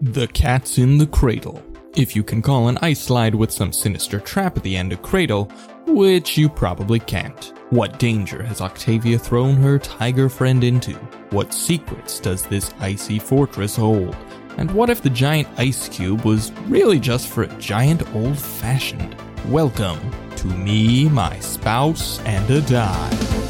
The Cat's in the Cradle. If you can call an ice slide with some sinister trap at the end a cradle, which you probably can't. What danger has Octavia thrown her tiger friend into? What secrets does this icy fortress hold? And what if the giant ice cube was really just for a giant old fashioned? Welcome to Me, My Spouse, and a Dive.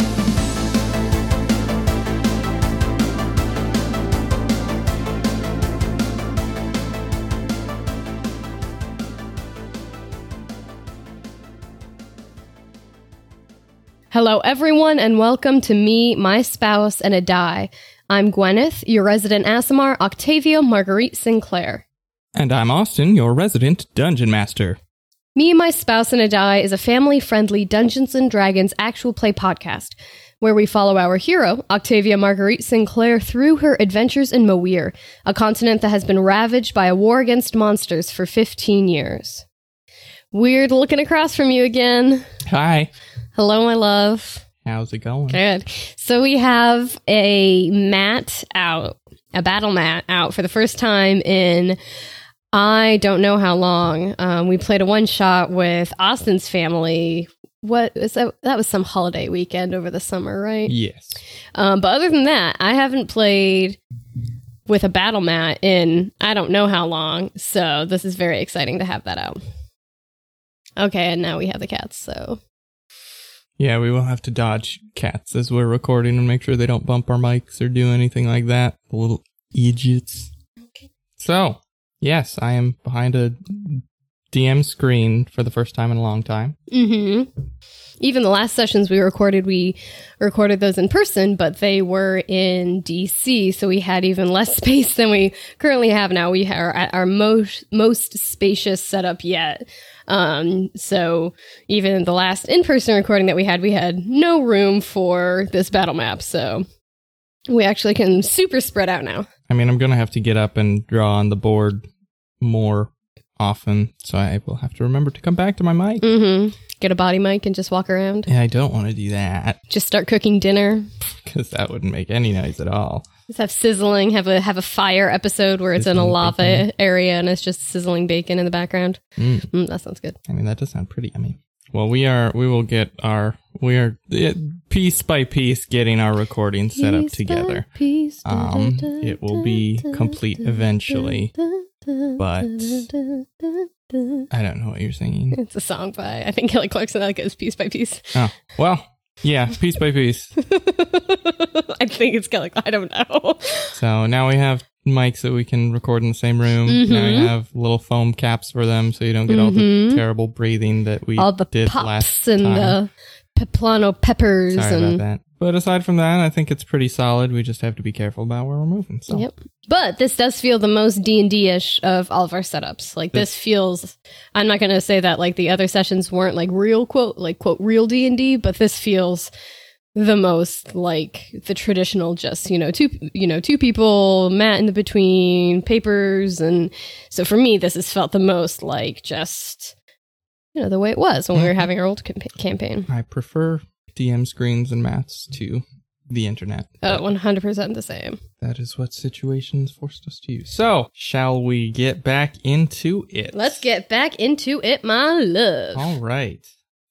Hello, everyone, and welcome to Me, My Spouse, and a Die. I'm Gwyneth, your resident Asimar, Octavia Marguerite Sinclair. And I'm Austin, your resident dungeon master. Me, My Spouse, and a Die is a family friendly Dungeons and Dragons actual play podcast where we follow our hero, Octavia Marguerite Sinclair, through her adventures in Moir, a continent that has been ravaged by a war against monsters for 15 years. Weird looking across from you again. Hi. Hello, my love. How's it going? Good. So we have a mat out, a battle mat out for the first time in I don't know how long. Um, we played a one shot with Austin's family. What is that? That was some holiday weekend over the summer, right? Yes. Um, but other than that, I haven't played with a battle mat in I don't know how long. So this is very exciting to have that out. Okay, and now we have the cats. So Yeah, we will have to dodge cats as we're recording and make sure they don't bump our mics or do anything like that. The little idiots. So, yes, I am behind a DM screen for the first time in a long time. hmm Even the last sessions we recorded, we recorded those in person, but they were in DC, so we had even less space than we currently have now. We are at our most most spacious setup yet. Um, so even the last in person recording that we had, we had no room for this battle map. So we actually can super spread out now. I mean, I'm going to have to get up and draw on the board more often, so I will have to remember to come back to my mic. hmm Get a body mic and just walk around. And I don't want to do that Just start cooking dinner. because that wouldn't make any noise at all. Just have sizzling, have a have a fire episode where it's in a Sizzling lava bacon. area and it's just sizzling bacon in the background. Mm. Mm, that sounds good. I mean, that does sound pretty yummy. Well, we are. We will get our. We are it, piece by piece getting our recording set up Piece by together. piece, da, Um, da, da, it will be da, da, complete da, da, eventually, da, da, but- da, da, da, da. I don't know what you're singing. it's a song by I think Kelly Clarkson that goes piece by piece. oh well, yeah, piece by piece. I think it's Kelly. Clark- I don't know. So now we have mics that we can record in the same room. Now we Mhm. have little foam caps for them, so you don't get all the Mhm. terrible breathing that we All the did last pops and time. the peplano peppers Sorry and about that. But aside from that, I think it's pretty solid. We just have to be careful about where we're moving. So Yep. But this does feel the most D and D ish of all of our setups. Like this feels. I'm not going to say that like the other sessions weren't like real quote like quote real D and D, but this feels the most like the traditional just you know two you know two people mat in the between papers and so for me this has felt the most like just you know the way it was when we were Mm-hmm. having our old campa- campaign I prefer DM screens and maths to the internet. uh, 100% the same That is what situations forced us to use. So, shall we get back into it? let's get back into it my love All right.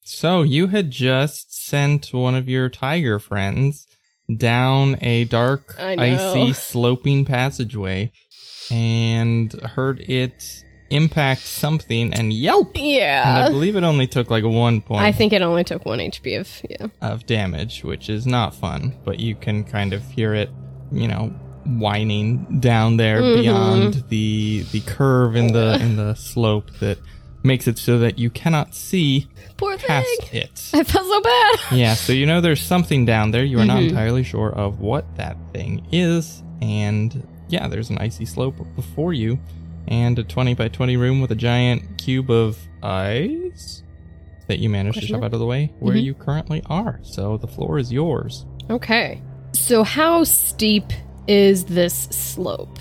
So, you had just sent one of your tiger friends down a dark, I know. icy, sloping passageway and heard it impact something and yelp. And I yeah believe it only took like one point. I think it only took one HP of yeah. of damage, which is not fun, but you can kind of hear it, you know, whining down there Mhm. beyond the the curve in the in the slope that makes it so that you cannot see Poor thing. past it. I felt so bad. Yeah, so you know there's something down there. You are not Mhm. entirely sure of what that thing is, and yeah, there's an icy slope before you and a 20 by 20 room with a giant cube of ice that you managed to Question shove mark? out of the way where Mhm. you currently are. So the floor is yours. Okay. So how steep is this slope?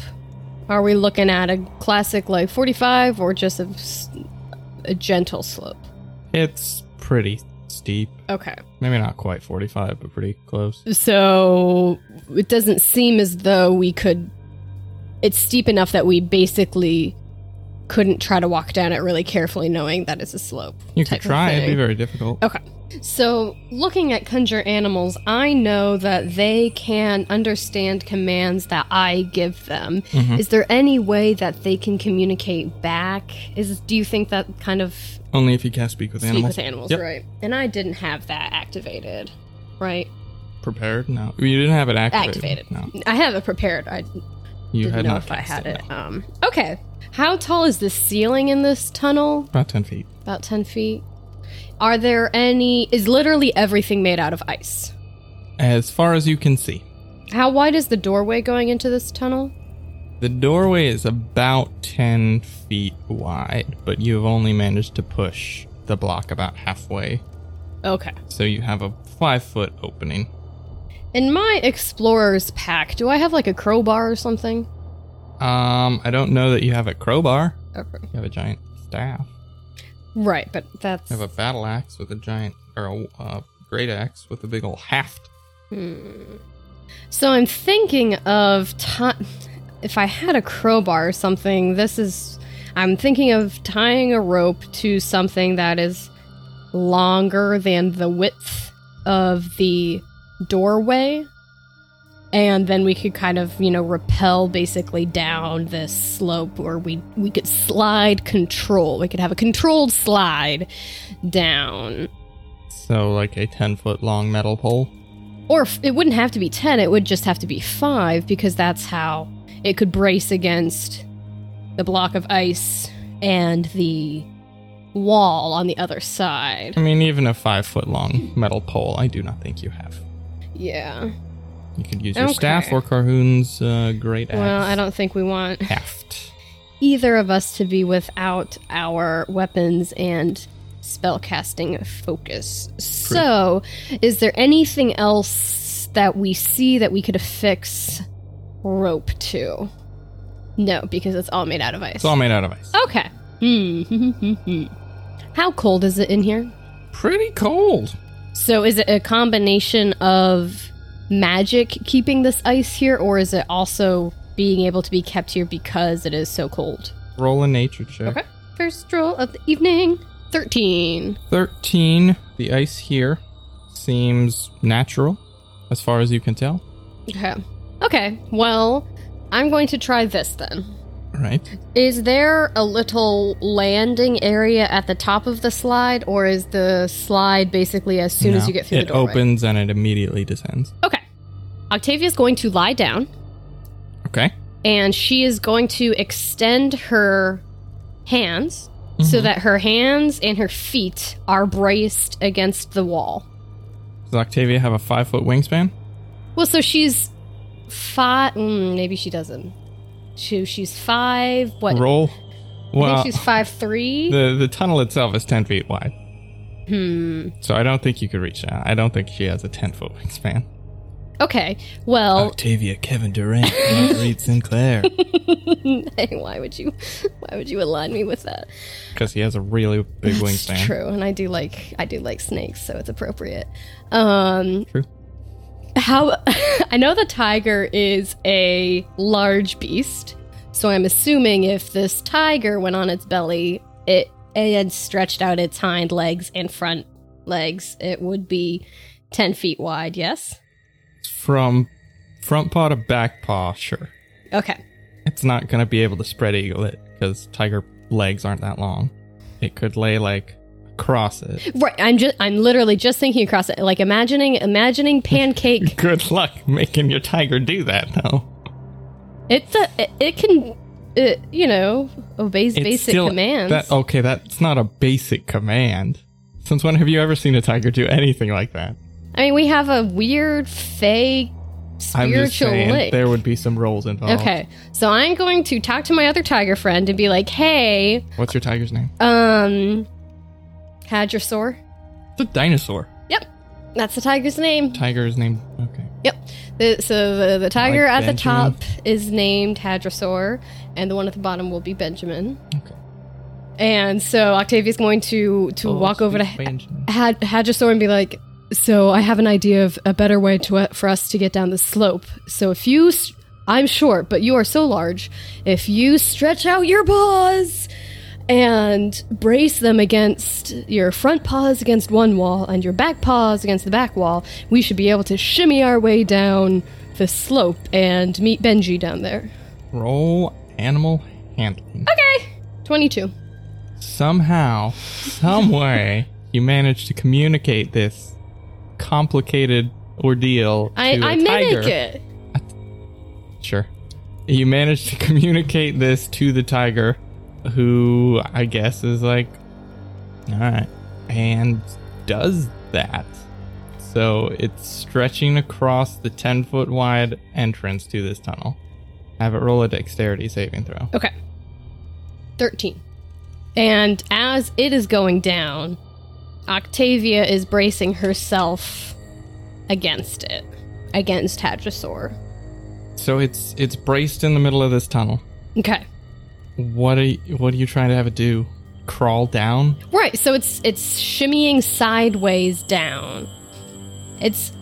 Are we looking at a classic like 45 or just a, s- a gentle slope? It's pretty steep. Okay. Maybe not quite 45, but pretty close. So it doesn't seem as though we could it's steep enough that we basically couldn't try to walk down it really carefully, knowing that it's a slope. You could type of try, it'd be thing. very difficult. Okay. So, looking at conjure animals, I know that they can understand commands that I give them. Mhm. Is there any way that they can communicate back? Is do you think that kind of Only if you cast speak with speak animals. with animals, Yep. right? And I didn't have that activated, right? Prepared? No. You didn't have it activated. Activated. No. I have it prepared. I You didn't had know not if I cast had it. no. Um, okay. How tall is the ceiling in this tunnel? About 10 feet. About 10 feet. Are there any. Is literally everything made out of ice? As far as you can see, How wide is the doorway going into this tunnel? the doorway is about 10 feet wide, but you have only managed to push the block about halfway. Okay. So you have a five foot opening. In my explorer's pack, do I have like a crowbar or something? Um, I don't know that you have a crowbar. Okay. You have a giant staff. Right, but that's. You have a battle axe with a giant, or a uh, great axe with a big old haft. So I'm thinking of ti If I had a crowbar or something, this is. I'm thinking of tying a rope to something that is longer than the width of the doorway. And then we could kind of, you know, rappel basically down this slope, or we we could slide control. We could have a controlled slide down, So, like a 10 foot long metal pole. or f- it wouldn't have to be 10 it would just have to be 5 because that's how it could brace against the block of ice and the wall on the other side I mean, even a five foot long metal pole, I do not think you have. yeah You could use your staff Okay. or Carhoon's uh, great axe. well i don't think we want Haft. either of us to be without our weapons and spellcasting focus so is there anything else that we see that we could affix rope to no because it's all made out of ice It's all made out of ice. Okay. Hmm. How cold is it in here? Pretty cold. So is it a combination of magic keeping this ice here, or is it also being able to be kept here because it is so cold? Roll a nature check. Okay. First roll of the evening. Thirteen. 13. The ice here seems natural, as far as you can tell. Okay. Okay. Well, I'm going to try this then. Right? Is there a little landing area at the top of the slide, or is the slide basically as soon as No. you get through it the doorway? opens and it immediately descends. Okay. Octavia's going to lie down Okay. and she is going to extend her hands so that her hands and her feet are braced against the wall. Does Octavia have a five foot wingspan? Well, so she's five. Mm, maybe she doesn't. She, she's five. What? Roll. I Well, think she's five three. the, the tunnel itself is 10 feet wide, hmm. so I don't think you could reach that. I don't think she has a 10 foot wingspan. Okay. Well, Octavia Kevin Durant, not Reed Sinclair. hey, why would you? Why would you align me with that? Because he has a really big It's wingspan. true, and I do like I do like snakes, so it's appropriate. Um, True. How I know the tiger is a large beast, so I'm assuming if this tiger went on its belly, it, it had stretched out its hind legs and front legs, it would be 10 feet wide, yes? From front paw to back paw, sure. Okay. It's not going to be able to spread eagle it because tiger legs aren't that long. It could lay like across it. Right, I'm just I'm literally just thinking across it, like imagining imagining pancake. Good luck making your tiger do that, though. it's a it, it can it, you know, obeys basic commands. That, okay, that's not a basic command. Since when have you ever seen a tiger do anything like that? I mean, we have a weird, fey, I'm just spiritual saying link. there would be some roles involved. Okay, so I'm going to talk to my other tiger friend and be like, "Hey, What's your tiger's name? um, hadrosaur. It's a dinosaur. Yep, that's the tiger's name. Tiger is named. Okay. Yep. The, so the, the tiger at the Benjamin. top is named hadrosaur, and the one at the bottom will be Benjamin. Okay. And so Octavia's going to to Oh, walk over to Benjamin. had Hadrosaur and be like, "So I have an idea of a better way to, for us to get down the slope. So if you s- I'm short, but you are so large. If you stretch out your paws and brace them against your front paws against one wall and your back paws against the back wall, we should be able to shimmy our way down the slope and meet Benji down there. Roll animal handling. Okay. 22. Somehow, some way, you managed to communicate this complicated ordeal I, to a I tiger. mimic it. Sure. You managed to communicate this to the tiger, who I guess is like, all right, and does that. So it's stretching across the 10 foot wide entrance to this tunnel. Have it roll a dexterity saving throw. Okay. 13. And as it is going down, Octavia is bracing herself against it, against Hadrosaur. So it's it's braced in the middle of this tunnel. Okay. What are you, what are you trying to have it do? Crawl down? Right, so it's it's shimmying sideways down. It's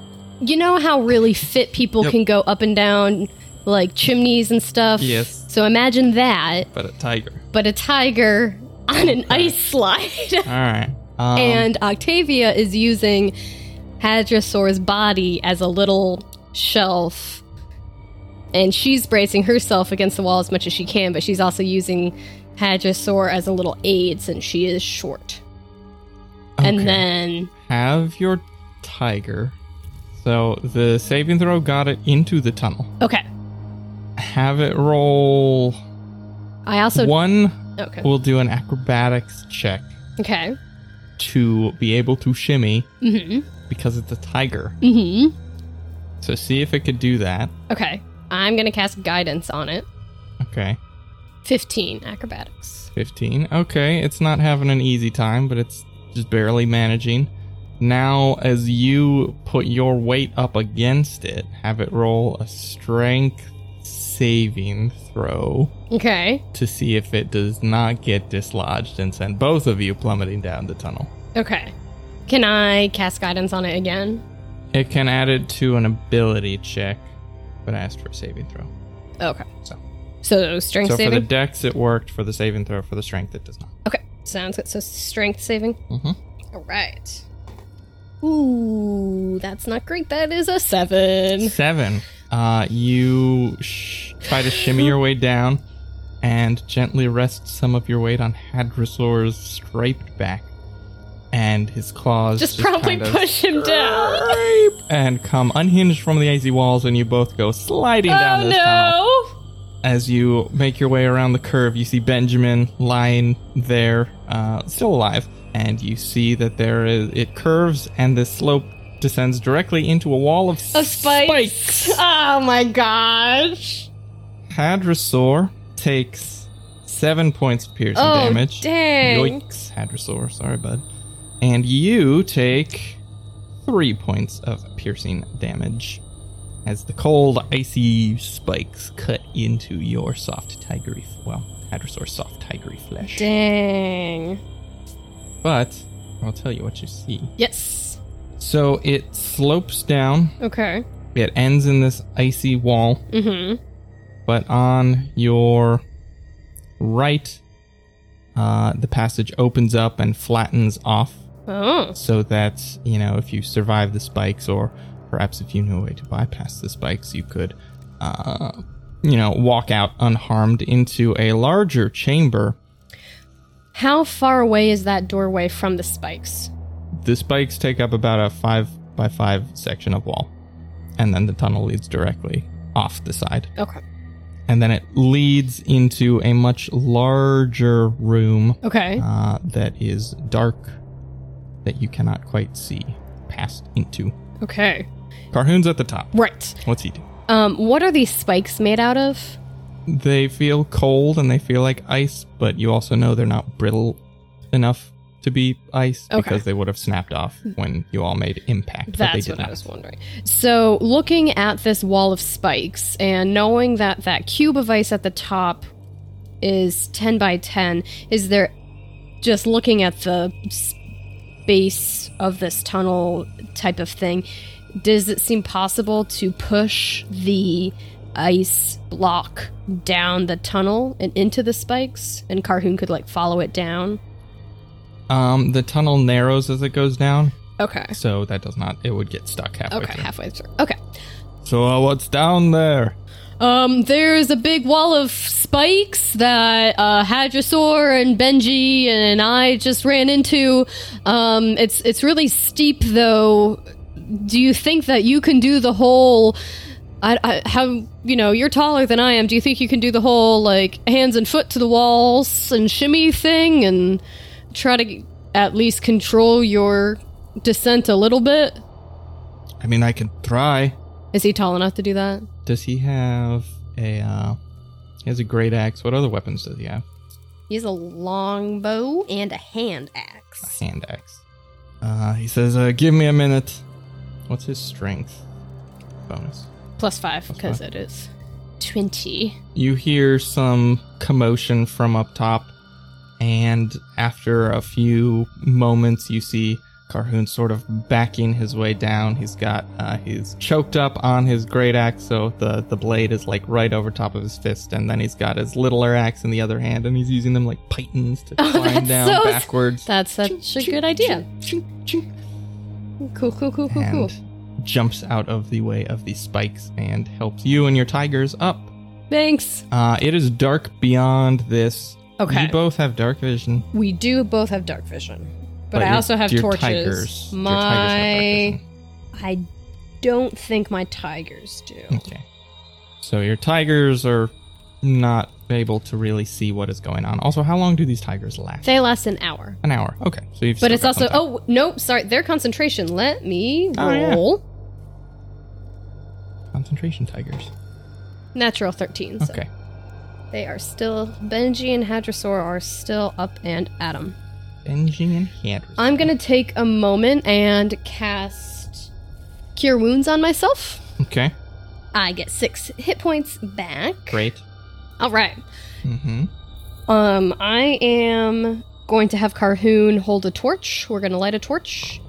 you know how really fit people Yep. can go up and down like chimneys and stuff. Yes. So imagine that, But a tiger. but a tiger on an ice slide. All right. Um, and Octavia is using Hadrosaur's body as a little shelf. And she's bracing herself against the wall as much as she can, but she's also using Hadrosaur as a little aid since she is short. okay. And then have your tiger. So the saving throw got it into the tunnel. okay. Have it roll I also one. okay. We'll do an acrobatics check Okay. to be able to shimmy Mhm. because it's a tiger. Mhm. So see if it could do that. Okay. I'm going to cast guidance on it. Okay, 15 acrobatics. fifteen. Okay, it's not having an easy time, but it's just barely managing. Now, as you put your weight up against it, have it roll a strength saving throw. Okay. to see if it does not get dislodged and send both of you plummeting down the tunnel. Okay. Can I cast guidance on it again? It can add it to an ability check, but asked for a saving throw. Okay. So- So strength so for saving. the dex, it worked. For the saving throw, for the strength, it does not. Okay, sounds good. So strength saving. Mhm. All right. Ooh, that's not great. That is a seven. Seven. Uh, you sh- try to shimmy your way down and gently rest some of your weight on Hadrosaur's striped back, and his claws Just, probably kind of push him down. and come unhinged from the icy walls, and you both go sliding down Oh this tunnel. no! As you make your way around the curve, you see Benjamin lying there, uh, still alive, and you see that there is it curves and this slope descends directly into a wall of, Of spikes. spikes. Oh my gosh! Hadrosaur takes seven points of piercing Oh, damage. dang. Yoinks, Hadrosaur. Sorry, bud. And you take three points of piercing damage as the cold, icy spikes cut into your soft tigery. Well, Hadrosaur's soft tigery flesh. Dang. But I'll tell you what you see. Yes. So it slopes down. Okay. It ends in this icy wall. Mm-hmm. but on your right, uh, the passage opens up and flattens off Oh. so that, you know, if you survive the spikes or perhaps if you knew a way to bypass the spikes, you could, uh, you know, walk out unharmed into a larger chamber. How far away is that doorway from the spikes? The spikes take up about a five by five section of wall, and then the tunnel leads directly off the side. Okay. And then it leads into a much larger room Okay. uh, that is dark that you cannot quite see past into. Okay. Carhoon's at the top. Right. What's he do? Um, what are these spikes made out of? They feel cold and they feel like ice, but you also know they're not brittle enough to be ice Okay. because they would have snapped off when you all made impact. but they That's did what not. I was wondering. So, looking at this wall of spikes and knowing that that cube of ice at the top is 10 by 10, is there just looking at the space of this tunnel type of thing, does it seem possible to push the ice block down the tunnel and into the spikes, and Carhoon could like follow it down. Um, the tunnel narrows as it goes down, Okay. so that does not. It would get stuck halfway. Okay, Through. halfway through. Okay. So uh, what's down there? Um, there's a big wall of spikes that uh, Hadrosaur and Benji and I just ran into. Um, it's it's really steep though. Do you think that you can do the whole? I, I how you know you're taller than I am. Do you think you can do the whole like hands and foot to the walls and shimmy thing and try to at least control your descent a little bit? I mean, I can try. Is he tall enough to do that? Does he have a? Uh, he has a great axe. What other weapons does he have? He has a long bow and a hand A axe. hand axe. Uh, he says, uh, "Give me a minute." What's his strength bonus? Plus five, because it is 20. You hear some commotion from up top, and after a few moments, you see Carhoon sort of backing his way down. He's got uh, he's choked up on his great axe, so the the blade is like right over top of his fist, and then he's got his littler axe in the other hand, and he's using them like pythons to Oh, climb that's down so- backwards. That's such a good idea. Cool, cool, cool, cool, Oh, cool. And jumps out of the way of these spikes and helps you and your tigers up. Thanks. Uh, it is dark beyond this. Okay. You both have dark vision. we do both have dark vision, but, I your- also have your torches. Tigers, your my. tigers I don't think my tigers do. have dark vision. Okay. So your tigers are not able to really see what is going on. Also, how long do these tigers last? They last an hour. An hour. Okay. So you've. still But it's got also. some time. Oh, nope. Sorry. Their concentration. Let me Oh, yeah. roll. concentration tigers. Natural 13. oh. So Okay. They are still. Benji and Hadrosaur are still up and at 'em. Benji and Hand. I'm gonna take a moment and cast Cure Wounds on myself. Okay. I get six hit points back. Great. All right. Mm-hmm. Um, I am going to have Carhoon hold a torch. We're gonna light a torch.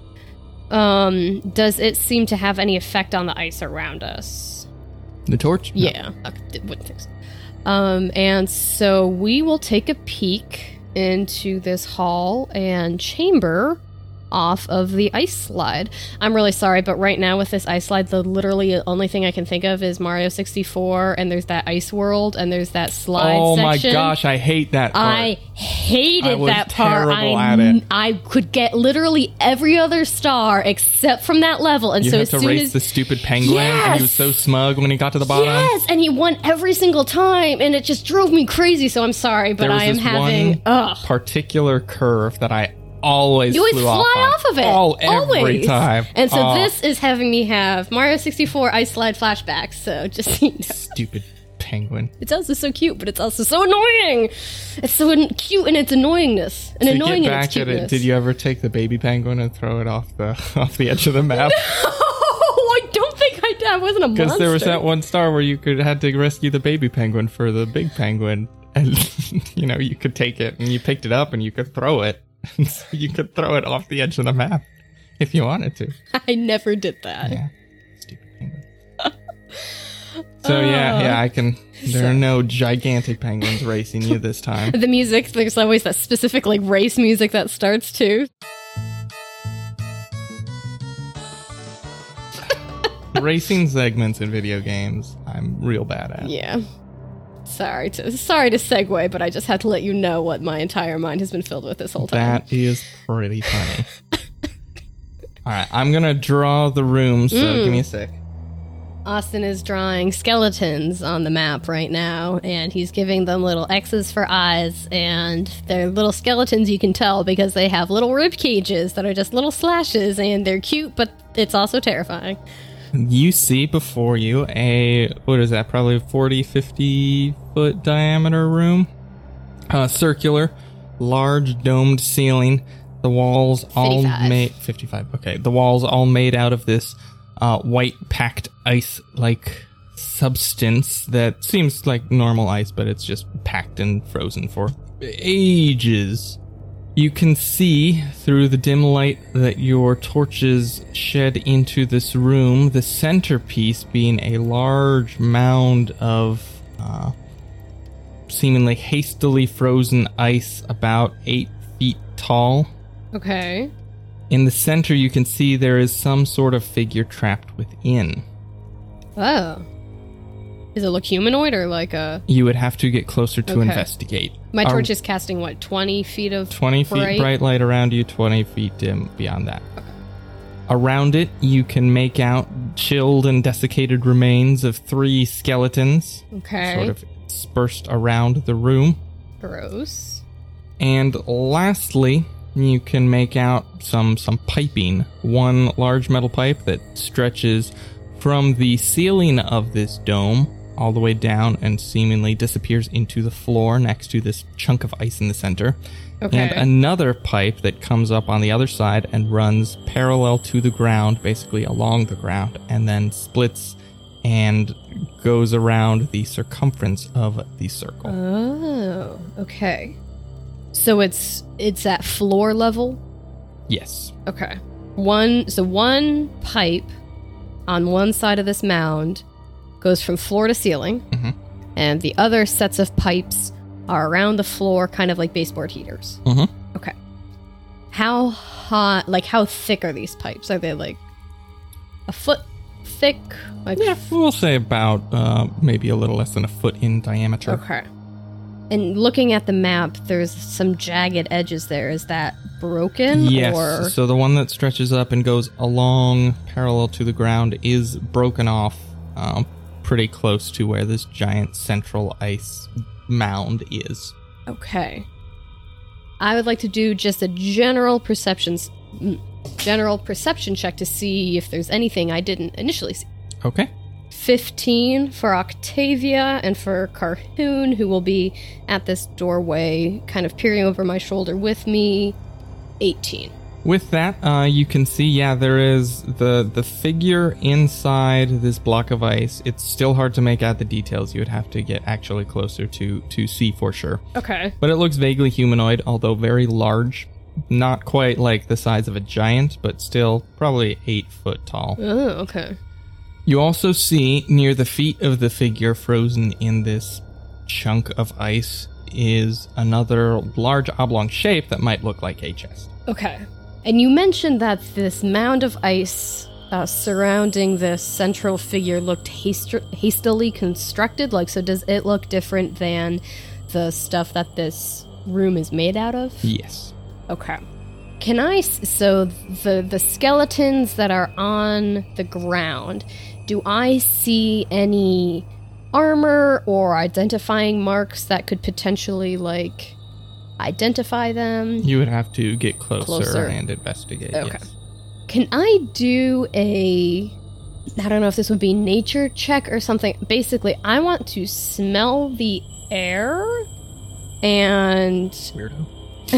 Um, does it seem to have any effect on the ice around us? The torch. Yeah, I d- wouldn't think so. Um, and so we will take a peek into this hall and chamber off of the ice slide. I'm really sorry, but right now with this ice slide, the literally only thing I can think of is Mario 64, and there's that ice world, and there's that slide. oh section. my gosh! I hate that. Part. I hated I was that part. terrible I, at it. I could get literally every other star except from that level, and You so had as to soon race as the stupid penguin, and he was so Yes! smug when he got to the bottom. Yes, and he won every single time, and it just drove me crazy. So I'm sorry, but There was I am this having. one Ugh. particular curve that I always You would flew fly off, on. of it. all every always. time. And so Oh, this is having me have Mario 64 ice slide flashbacks. So just so you know. stupid penguin. It's also so cute, but it's also so annoying. It's so an- cute in its annoyingness. And To annoying get in back its at cuteness. it, did you ever take the baby penguin and throw it off the off the edge of the map? Oh, I don't think I did. I wasn't a monster. Because there was that one star where you could had to rescue the baby penguin for the big penguin, and you know you could take it and you picked it up and you could throw it. And so you could throw it off the edge of the map if you wanted to. I never did that. Yeah. Stupid penguin. so yeah, yeah, I can. There are no gigantic penguins racing you this time. The music, there's always that specific like race music that starts too. Racing segments in video games, I'm real bad at. Yeah. Sorry to sorry to segue, but I just had to let you know what my entire mind has been filled with this whole time. That is pretty funny. All right, I'm gonna draw the room. So give me a sec. Austin is drawing skeletons on the map right now, and he's giving them little X's for eyes, and they're little skeletons you can tell because they have little rib cages that are just little slashes, and they're cute, but it's also terrifying. You see before you a what is that? Probably 40, 50 foot diameter room, uh, circular, large domed ceiling. The walls all 55. made fifty-five. Okay, the walls all made out of this uh, white packed ice-like substance that seems like normal ice, but it's just packed and frozen for ages. You can see through the dim light that your torches shed into this room, the centerpiece being a large mound of uh, seemingly hastily frozen ice about eight feet tall. Okay. In the center, you can see there is some sort of figure trapped within. Oh. Does it look humanoid or like a? You would have to get closer to Okay. investigate. My Are- torch is casting what twenty feet of 20 Um, feet bright? bright. light around you, 20 feet dim beyond that. Around it, you can make out chilled and desiccated remains of three skeletons Okay. sort of dispersed around the room. Gross. And lastly, you can make out some some piping. One large metal pipe that stretches from the ceiling of this dome all the way down and seemingly disappears into the floor next to this chunk of ice in the center. Okay. And another pipe that comes up on the other side and runs parallel to the ground, basically along the ground, and then splits and goes around the circumference of the circle. Oh. Okay. So it's it's at floor level. yes. Okay. One so one pipe on one side of this mound goes from floor to ceiling, Mhm. and the other sets of pipes are around the floor, kind of like baseboard heaters. Mhm. Okay. How hot? Like how thick are these pipes? Are they like a foot thick? Like Yeah, we'll say about uh, maybe a little less than a foot in diameter. okay. And looking at the map, there's some jagged edges there. Is that broken? Yes. Or So the one that stretches up and goes along parallel to the ground is broken off um, pretty close to where this giant central ice mound is. Okay. I would like to do just a general perceptions mm, general perception check to see if there's anything I didn't initially see. Okay. 15 for Octavia and for Carhoon who will be at this doorway kind of peering over my shoulder with me. 18. With that, uh, you can see, yeah, there is the the figure inside this block of ice. It's still hard to make out the details. You would have to get actually closer to to see for sure. Okay. But it looks vaguely humanoid, although very large. Not quite like the size of a giant, but still probably eight foot tall. Oh, okay. You also see near the feet of the figure frozen in this chunk of ice is another large oblong shape that might look like a chest. Okay. And you mentioned that this mound of ice uh, surrounding this central figure looked hasti- hastily constructed. Like, so does it look different than the stuff that this room is made out of? Yes. Okay. Can I? s- So the the skeletons that are on the ground, do I see any armor or identifying marks that could potentially like identify them? You would have to get closer, Closer. and investigate. Okay. yes. Can I do a I don't know if this would be nature check or something. Basically, I want to smell the air and Weirdo.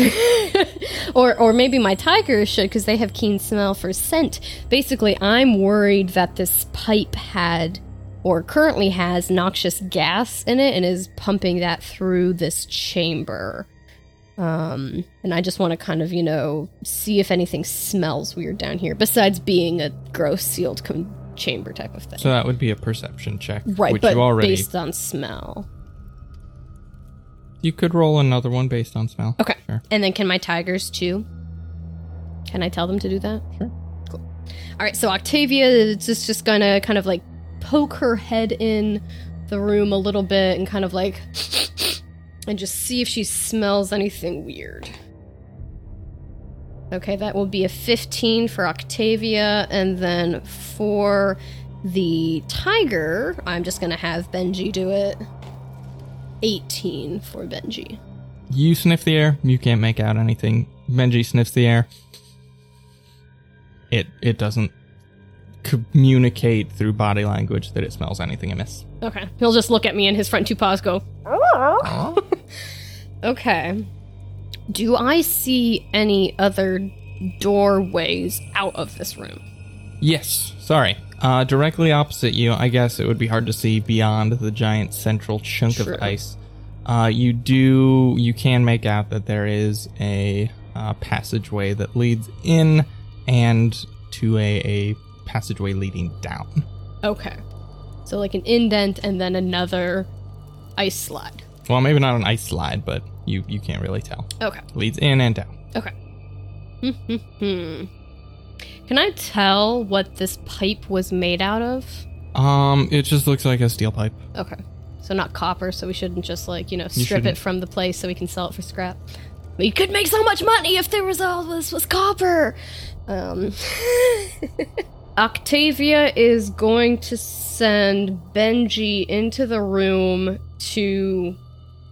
or or maybe my tigers should cuz they have keen smell for scent. Basically, I'm worried that this pipe had or currently has noxious gas in it and is pumping that through this chamber. Um, and I just want to kind of, you know, see if anything smells weird down here besides being a gross sealed com- chamber type of thing. So that would be a perception check, right, which but you already based on smell. you could roll another one based on smell. Okay. Sure. And then can my tigers too? Can I tell them to do that? Sure. Cool. All right, so Octavia is just, just gonna kind of like poke her head in the room a little bit and kind of like and just see if she smells anything weird. Okay, that will be a 15 for Octavia and then for the tiger, I'm just gonna have Benji do it. 18 for Benji. You sniff the air. You can't make out anything. Benji sniffs the air. It it doesn't communicate through body language that it smells anything amiss. Okay. He'll just look at me and his front two paws go, "Oh." okay. Do I see any other doorways out of this room? Yes. Sorry. Uh, directly opposite you, I guess it would be hard to see beyond the giant central chunk True. of ice. Uh, you do. You can make out that there is a uh, passageway that leads in and to a, a passageway leading down. Okay. So like an indent and then another ice slide. Well, maybe not an ice slide, but you, you can't really tell. Okay. Leads in and down. Okay. Hmm. Can I tell what this pipe was made out of? Um, it just looks like a steel pipe. Okay. So not copper, so we shouldn't just like, you know, strip it shouldn't. from the place so we can sell it for scrap. We could make so much money if there was all this was copper. Um Octavia is going to send Benji into the room to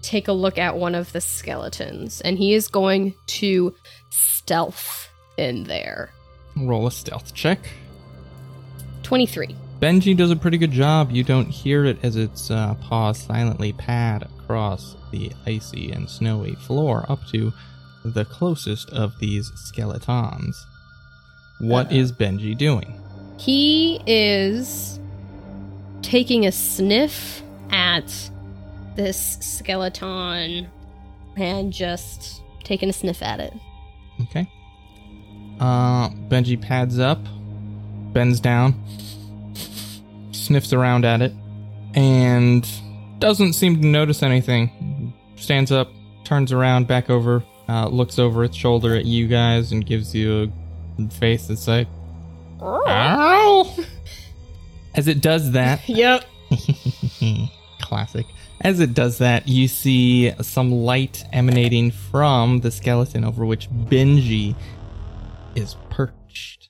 take a look at one of the skeletons and he is going to stealth in there. Roll a stealth check. 23. Benji does a pretty good job. You don't hear it as its uh, paws silently pad across the icy and snowy floor up to the closest of these skeletons. What is Benji doing? He is taking a sniff at this skeleton and just taking a sniff at it. Okay. Uh, Benji pads up, bends down, sniffs around at it, and doesn't seem to notice anything. Stands up, turns around, back over, uh, looks over its shoulder at you guys, and gives you a face that's like, "Ow!" As it does that, Yep. Classic. As it does that, you see some light emanating from the skeleton over which Benji is perched.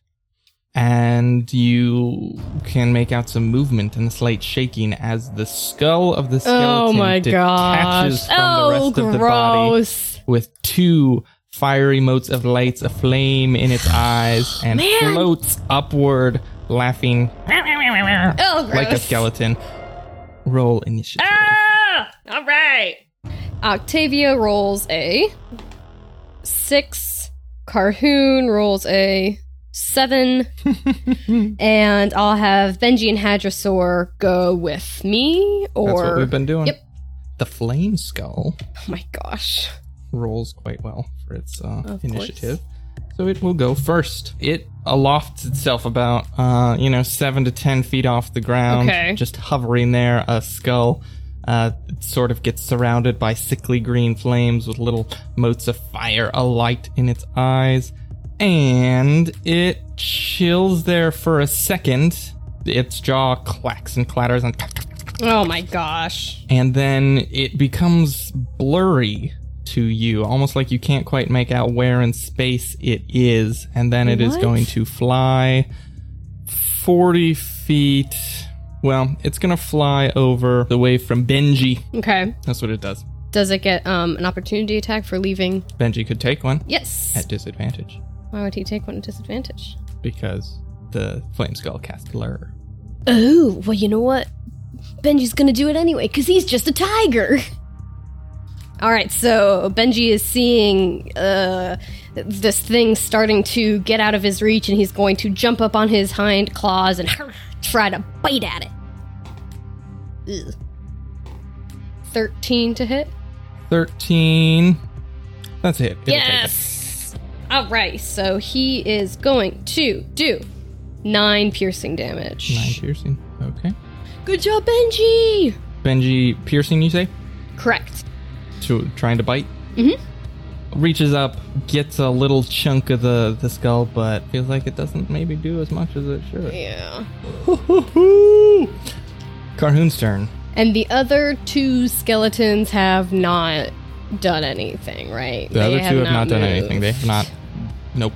And you can make out some movement and a slight shaking as the skull of the Oh skeleton my detaches gosh. from oh, the rest of the body gross. with two fiery motes of lights aflame in its eyes and Man. floats upward, laughing Oh, gross. like a skeleton. Roll initiative. Ah! All right. Octavia rolls a six. Carhoon rolls a seven. and I'll have Benji and Hadrosaur go with me or. That's what we've been doing. Yep. The flame skull Oh my gosh. rolls quite well for its uh, Of course. initiative. So it will go first. It alofts itself about, uh, you know, seven to ten feet off the ground, Okay. just hovering there. A skull uh, sort of gets surrounded by sickly green flames with little motes of fire alight in its eyes, and it chills there for a second. Its jaw clacks and clatters and Oh my gosh. and then it becomes blurry to you, almost like you can't quite make out where in space it is. And then it is What? going to fly 40 feet. Well, it's going to fly over the way from Benji. Okay. That's what it does. Does it get um, an opportunity attack for leaving? Benji could take one Yes. at disadvantage Why would he take one at disadvantage? because the flame skull cast blur. Oh, well, you know what? Benji's gonna do it anyway, because he's just a tiger. All right, so Benji is seeing uh, this thing starting to get out of his reach, and he's going to jump up on his hind claws and try to bite at it. Ugh. 13 to hit? 13. That's it. It'll take it. yes! All right, so he is going to do nine piercing damage. Nine piercing. Okay. Good job, Benji! Benji, piercing, you say? Correct. to trying to bite. Mm-hmm. Reaches up, gets a little chunk of the the skull, but feels like it doesn't maybe do as much as it should. Yeah. Carhoon's turn. And the other two skeletons have not done anything, right? The other two have not done anything. They moved. have not. Nope.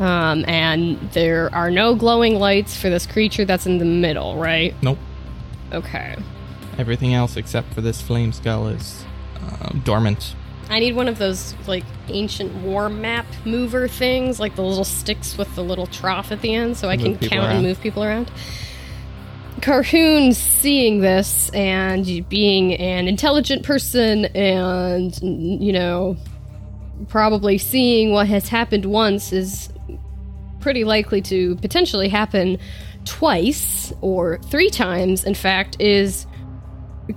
Um, and there are no glowing lights for this creature that's in the middle, right? Nope. Okay. Everything else except for this flame skull is uh, dormant. I need one of those like ancient war map mover things, like the little sticks with the little trough at the end, so I Move can people count around. and move people around. Carhoon seeing this and being an intelligent person and you know probably seeing what has happened once is pretty likely to potentially happen twice or three times in fact is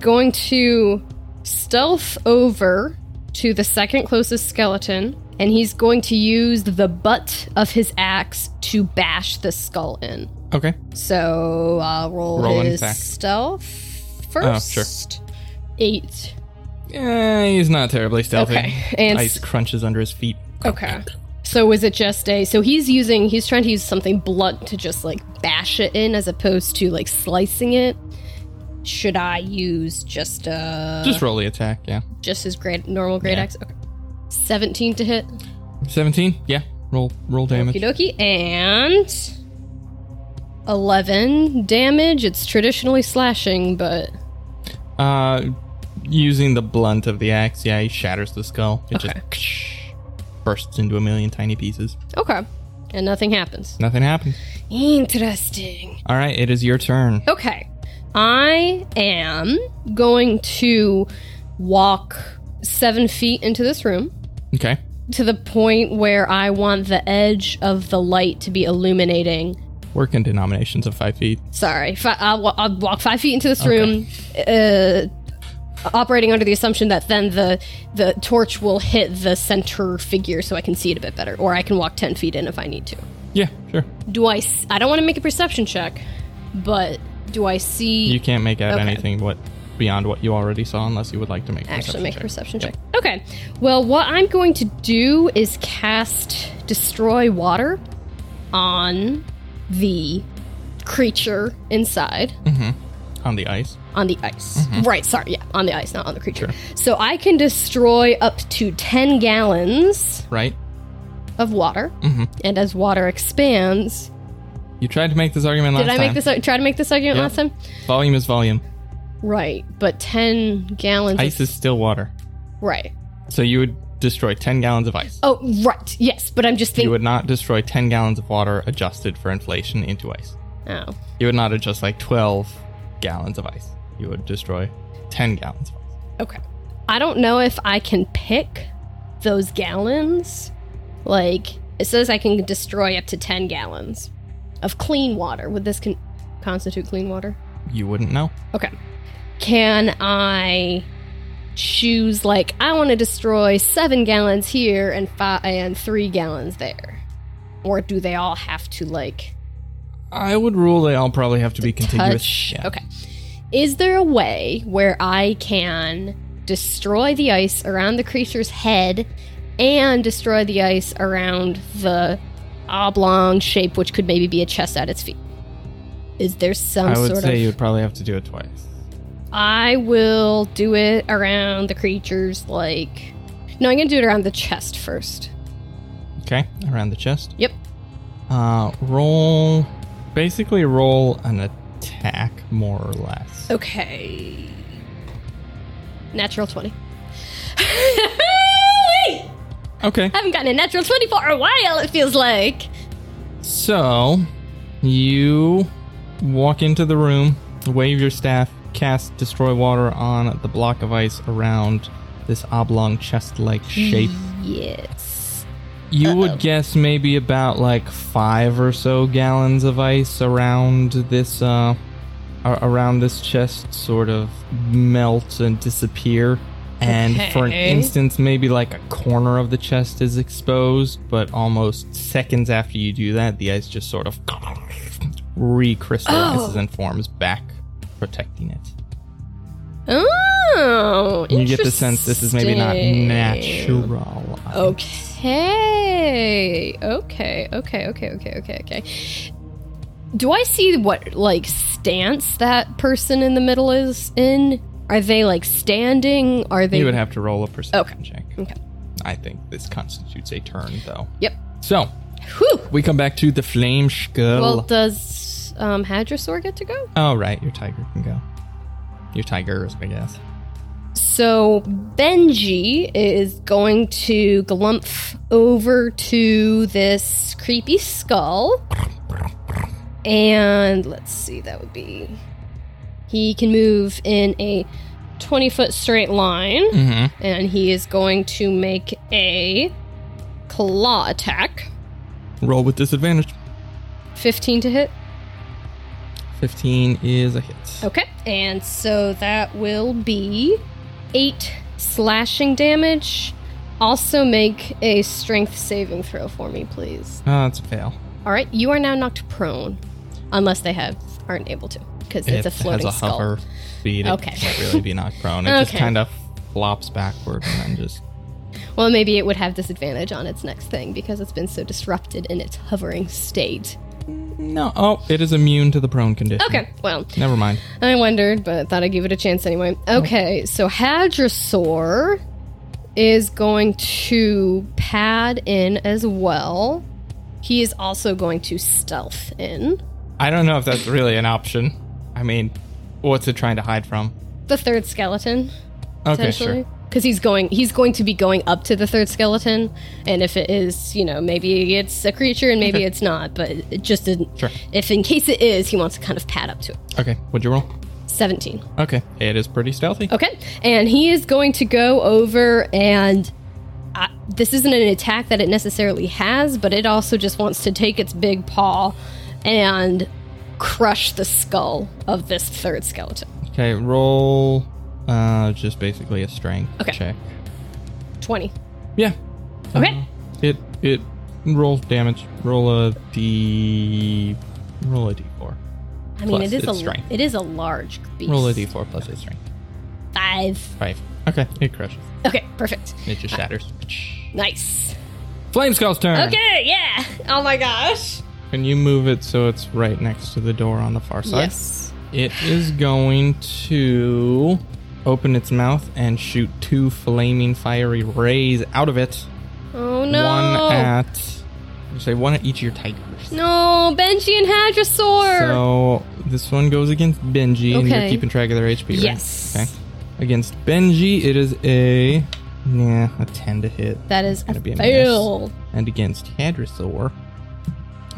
going to stealth over to the second closest skeleton and he's going to use the butt of his axe to bash the skull in. Okay. So uh, roll, Roll an his attack. stealth Oh, first. sure. Eight. Yeah, Eh, he's not terribly stealthy. Okay. And Ice crunches under his feet. Okay. So is it just a so he's using he's trying to use something blunt to just like bash it in as opposed to like slicing it? Should I use just uh Just roll the attack, yeah. just his great normal great Yeah. axe? Okay. 17 to hit. 17? Yeah. Roll roll damage. Okie dokie. And 11 damage. It's traditionally slashing, but Uh, using the blunt of the axe, yeah, he shatters the skull. It just bursts into a million tiny pieces. okay. And nothing happens. Nothing happens. Interesting. All right, it is your turn. Okay. I am going to walk seven feet into this room Okay. to the point where I want the edge of the light to be illuminating. Work in denominations of five feet. Sorry, fi- I'll, wa- I'll walk five feet into this room, uh, operating under the assumption that then the the torch will hit the center figure, so I can see it a bit better, or I can walk ten feet in if I need to. Yeah, sure. Do I? S- I don't want to make a perception check, but do I see? You can't make out Okay. anything what beyond what you already saw unless you would like to make a perception actually make a check. perception check. Okay. Well, what I'm going to do is cast destroy water on the creature inside on the ice. on the ice. Mm-hmm. Right, sorry. Yeah, on the ice, not on the creature. So I can destroy up to 10 gallons Right? of water. Mm-hmm. And as water expands, You tried to make this argument last did I time. make this ar- try to make this argument Yeah. last time? volume is volume. Right, but 10 gallons Ice is still water. right. So you would destroy 10 gallons of ice. Oh, right. Yes, but I'm just You thinking would not destroy 10 gallons of water adjusted for inflation into ice. Oh. You would not adjust like 12 gallons of ice. You would destroy 10 gallons of ice. Okay. I don't know if I can pick those gallons. Like, it says I can destroy up to 10 gallons of clean water. Would this con- constitute clean water? You wouldn't know. Okay. Can I choose, like, I want to destroy seven gallons here and, five, and three gallons there? Or do they all have to, like, I would rule they all probably have to be contiguous. touch. Yeah. Okay. Is there a way where I can destroy the ice around the creature's head and destroy the ice around the oblong shape, which could maybe be a chest at its feet? Is there some I would sort say of. you would probably have to do it twice. I will do it around the creature's, like. No, I'm going to do it around the chest first. Okay, around the chest. Yep. Uh, roll. Basically, roll an attack, more or less. Okay. Natural 20. Okay. haven't gotten a natural 20 for a while, it feels like. So, you walk into the room, wave your staff, cast Destroy Water on the block of ice around this oblong chest like shape. Mm-hmm. Yes. You would guess maybe about like five or so gallons of ice around this uh a- around this chest sort of melt and disappear. And for an Okay. instance, maybe like a corner of the chest is exposed, but almost seconds after you do that, the ice just sort of recrystallizes Oh. and forms back, protecting it. Oh, And you get the sense this is maybe not interesting. natural. ice. Okay. Okay. Okay. Okay. Okay. Okay. Okay. Do I see what like stance that person in the middle is in? Are they like standing? Are they? You would have to roll a perception check. Okay. I think this constitutes a turn, though. Yep. So Whew. we come back to the flame skull. Well, does um, Hadrosaur get to go? oh right, your tiger can go. Your tigers, I guess. So Benji is going to glump over to this creepy skull. And let's see, that would be. He can move in a 20 foot straight line, Mm-hmm. and he is going to make a claw attack. Roll with disadvantage. 15 to hit. Fifteen is a hit. Okay. And so that will be eight slashing damage Also, make a strength saving throw for me, please. Ah, it's a fail. All right, you are now knocked prone, unless they have aren't able to because it's it a floating has a skull. hover speed. It Okay. can't really be knocked prone. It just Okay. kind of flops backward and then just. Well, maybe it would have disadvantage on its next thing because it's been so disrupted in its hovering state. No. Oh, it is immune to the prone condition. Okay, well, Never mind. I wondered, but I thought I'd give it a chance anyway. Okay, so Hadrosaur is going to pad in as well. He is also going to stealth in. I don't know if that's really an option. I mean, what's it trying to hide from? The third skeleton, Okay, potentially. sure. Because he's going, he's going to be going up to the third skeleton, and if it is, you know, maybe it's a creature and maybe it's not, but it just didn't. Sure. If in case it is, he wants to kind of pad up to it. Okay, what'd you roll? Seventeen. Okay, it is pretty stealthy. Okay. And he is going to go over and. I, this isn't an attack that it necessarily has, but it also just wants to take its big paw and crush the skull of this third skeleton. Okay, roll. Uh, just basically a strength Okay. check. 20. Yeah. Uh-huh. Okay. It it rolls damage. Roll a d. Roll a d4. I mean, Plus it is its a strength. it is a large beast. Roll a d4 plus its strength. Five. Five. Okay, it crushes. Okay, perfect. It just shatters. Nice. Flame Skull's turn. Okay, yeah. Oh my gosh. Can you move it so it's right next to the door on the far side? Yes. It is going to open its mouth and shoot two flaming fiery rays out of it. Oh no. One at you say one at each of your tigers. no, Benji and Hadrosaur. So this one goes against Benji, and you're Okay. keeping track of their HP, right? Yes. Okay. Against Benji, it is a yeah a ten to hit, that is gonna a be a fail. and against Hadrosaur,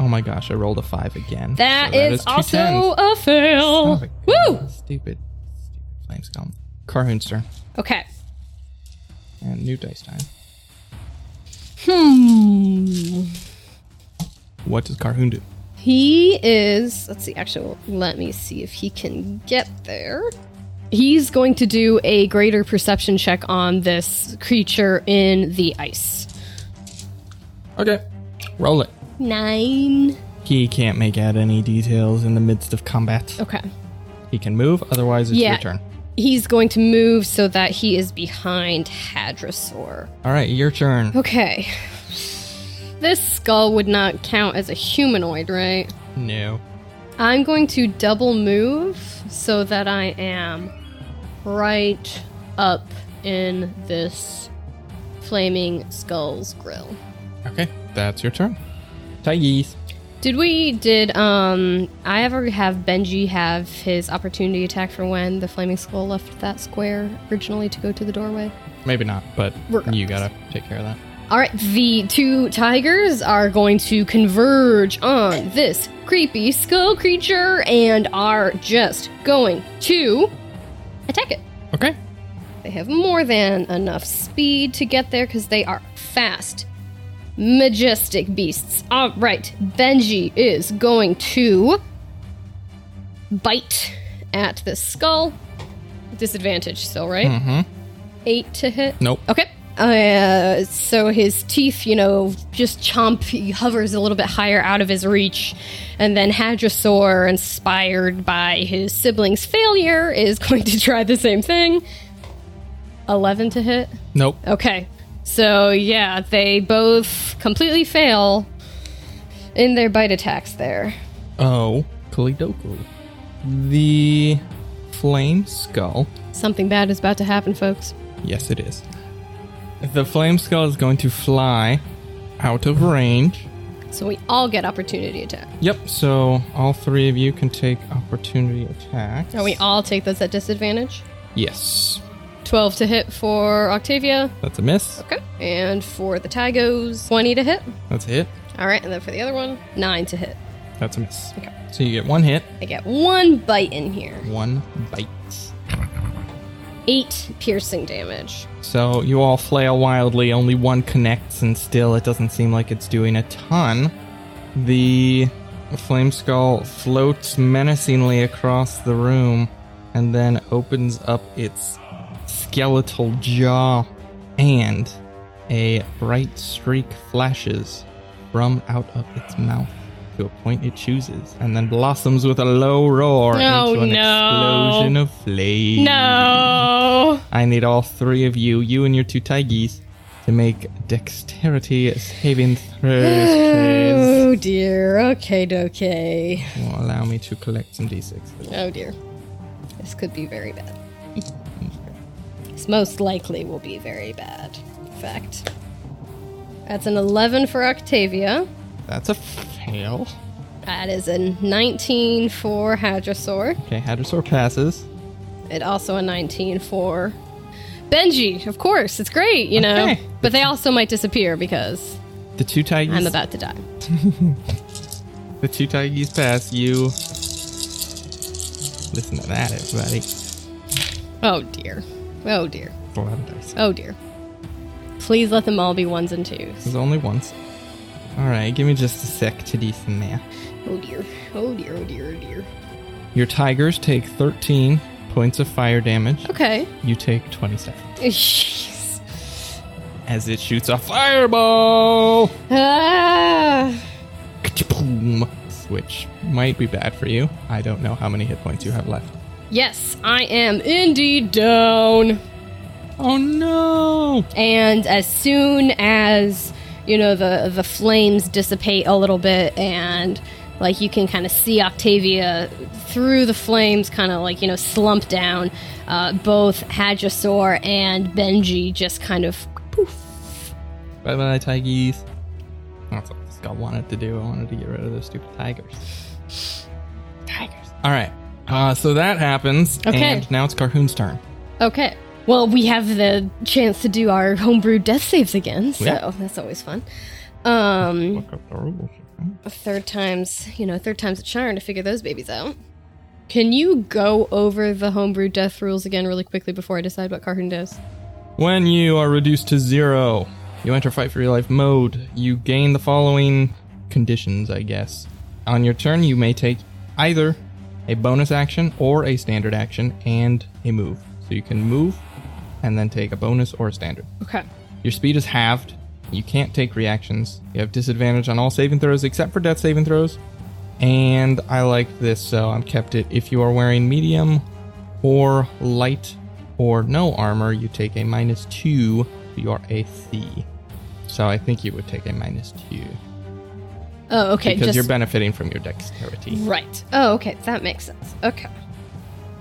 oh my gosh, I rolled a five again. That So is two tens. also a fail. Oh my Woo! goodness, Stupid, stupid flame scum. Carhoon's turn Okay. and new dice time. Hmm. What does Carhoon do? He is. Let's see. Actually, let me see if he can get there. He's going to do a greater perception check on this creature in the ice. Okay, roll it. Nine. He can't make out any details in the midst of combat. Okay. He can move, otherwise it's Oh. Yeah. your turn. He's going to move so that he is behind Hadrosaur. All right, your turn. Okay. This skull would not count as a humanoid, right? No. I'm going to double move so that I am right up in this flaming skull's grill. Okay, that's your turn. Tigers. Did we did um I ever have Benji have his opportunity attack for when the flaming skull left that square originally to go to the doorway? Maybe not, but Regardless. you gotta take care of that. All right, the two tigers are going to converge on this creepy skull creature and are just going to attack it. Okay. They have more than enough speed to get there because they are fast, majestic beasts. All right, Benji is going to bite at the skull. Disadvantage, still, right? Mm-hmm. Eight to hit. Nope. Okay. Uh, so his teeth, you know, just chomp. He hovers a little bit higher out of his reach. And then Hadrosaur, inspired by his sibling's failure, is going to try the same thing. 11 to hit. Nope. Okay. So, yeah, they both completely fail in their bite attacks there. Oh, Kalidoku. The flame skull. Something bad is about to happen, folks. Yes, it is. The flame skull is going to fly out of range. So, we all get opportunity attack. Yep. So all three of you can take opportunity attacks. And we all take those at disadvantage. Yes. 12 to hit for Octavia. That's a miss. Okay. And for the Tigos, 20 to hit. That's a hit. All right. And then for the other one, 9 to hit. That's a miss. Okay. So you get one hit, I get one bite in here. one bite. Eight piercing damage. So you all flail wildly, only one connects, and still it doesn't seem like it's doing a ton. The flame skull floats menacingly across the room and then opens up its skeletal jaw and A bright streak flashes from out of its mouth to a point it chooses, and then blossoms with a low roar No, into an no. explosion of flame. No. I need all three of you, you and your two taigies, to make dexterity saving throws, please. Oh dear. Okay, okay. Well, allow me to collect some d6. Oh dear. This could be very bad. this most likely will be very bad. In fact, that's an 11 for Octavia. That's a fail. That is a 19 for Hadrosaur. Okay, Hadrosaur passes. It also a 19 for Benji. Of course, it's great, you know. Okay. But they also might disappear because The two taigies. I'm about to die. The two taigies pass you. Listen to that, everybody. Oh dear. Oh dear. Four out of dice. Oh dear. Please let them all be ones and twos. There's only once. All right, give me just a sec to do some math. Oh dear. Oh dear. Oh dear. Oh dear. Your tigers take 13 points of fire damage. Okay. You take 27 Jeez. as it shoots a fireball. Ah. Boom. Which might be bad for you. I don't know how many hit points you have left. Yes, I am indeed down. Oh no! And as soon as you know the the flames dissipate a little bit, and like you can kind of see Octavia through the flames, kind of like you know slump down. Uh, both Hadrosaur and Benji just kind of poof. Bye bye, tigers. That's all this guy wanted to do. I wanted to get rid of those stupid tigers. Tigers. All right. Uh, so that happens. Okay. And now it's Carhoon's turn. Okay. Well, we have the chance to do our homebrew death saves again, so Yeah. that's always fun. Um, Look up the rules. third time's you know third time's a charm to figure those babies out can you go over the homebrew death rules again really quickly before i decide what carhoon does When you are reduced to zero, you enter fight for your life mode. You gain the following conditions, I guess. On your turn, you may take either a bonus action or a standard action and a move. So you can move and then take a bonus or a standard. okay Your speed is halved. You can't take reactions. You have disadvantage on all saving throws except for death saving throws. And I like this, so I've kept it. If you are wearing medium or light or no armor, you take a minus two to your AC. So I think you would take a minus two. oh okay Because just you're benefiting from your dexterity. right oh okay that makes sense okay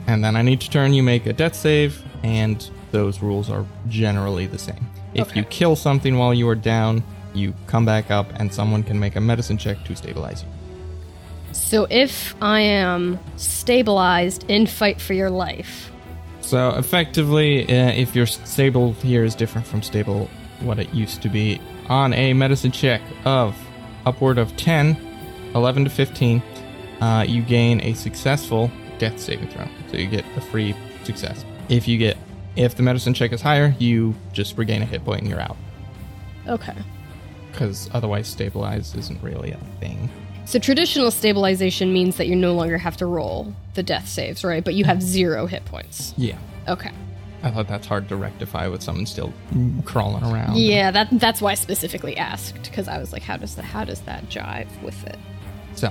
And then on each turn, you make a death save, and those rules are generally the same. If Okay. you kill something while you are down, you come back up, and someone can make a medicine check to stabilize you. so if i am stabilized in fight for your life So, effectively, uh, if your stable here is different from stable what it used to be, on a medicine check of upward of 10, 11 to 15, uh, you gain a successful death saving throw. So, you get a free success. If you get, if the medicine check is higher, you just regain a hit point and you're out. okay because otherwise stabilize isn't really a thing. so traditional stabilization means that you no longer have to roll the death saves right but you have zero hit points Yeah. okay I thought that's hard to rectify with someone still mm, crawling around. yeah that that's why i specifically asked because i was like how does that how does that jive with it So,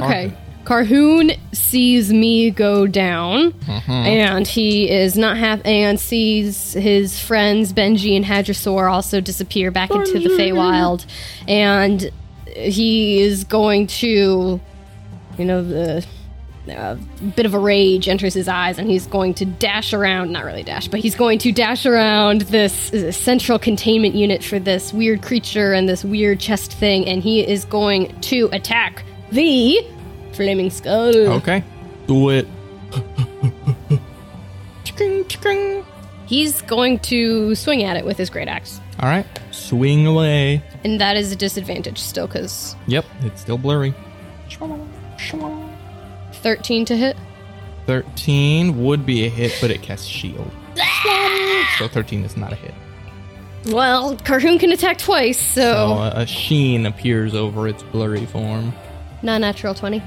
Okay. Carhoon sees me go down, and he is not half, and sees his friends Benji and Hadrosaur also disappear back into the Feywild, and he is going to, you know, the a bit of a rage enters his eyes and he's going to dash around not really dash but he's going to dash around this uh, central containment unit for this weird creature and this weird chest thing and he is going to attack the flaming skull okay. Do it. he's going to swing at it with his great axe All right. Swing away. and that is a disadvantage still because Yep. It's still blurry. 13 to hit 13 would be a hit, but it casts shield. so 13 is not a hit. well carhoon can attack twice So uh, so a, a sheen appears over its blurry form. non-natural 20